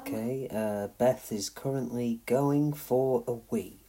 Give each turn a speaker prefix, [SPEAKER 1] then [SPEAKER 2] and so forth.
[SPEAKER 1] Okay, uh, Beth is currently going for a wee.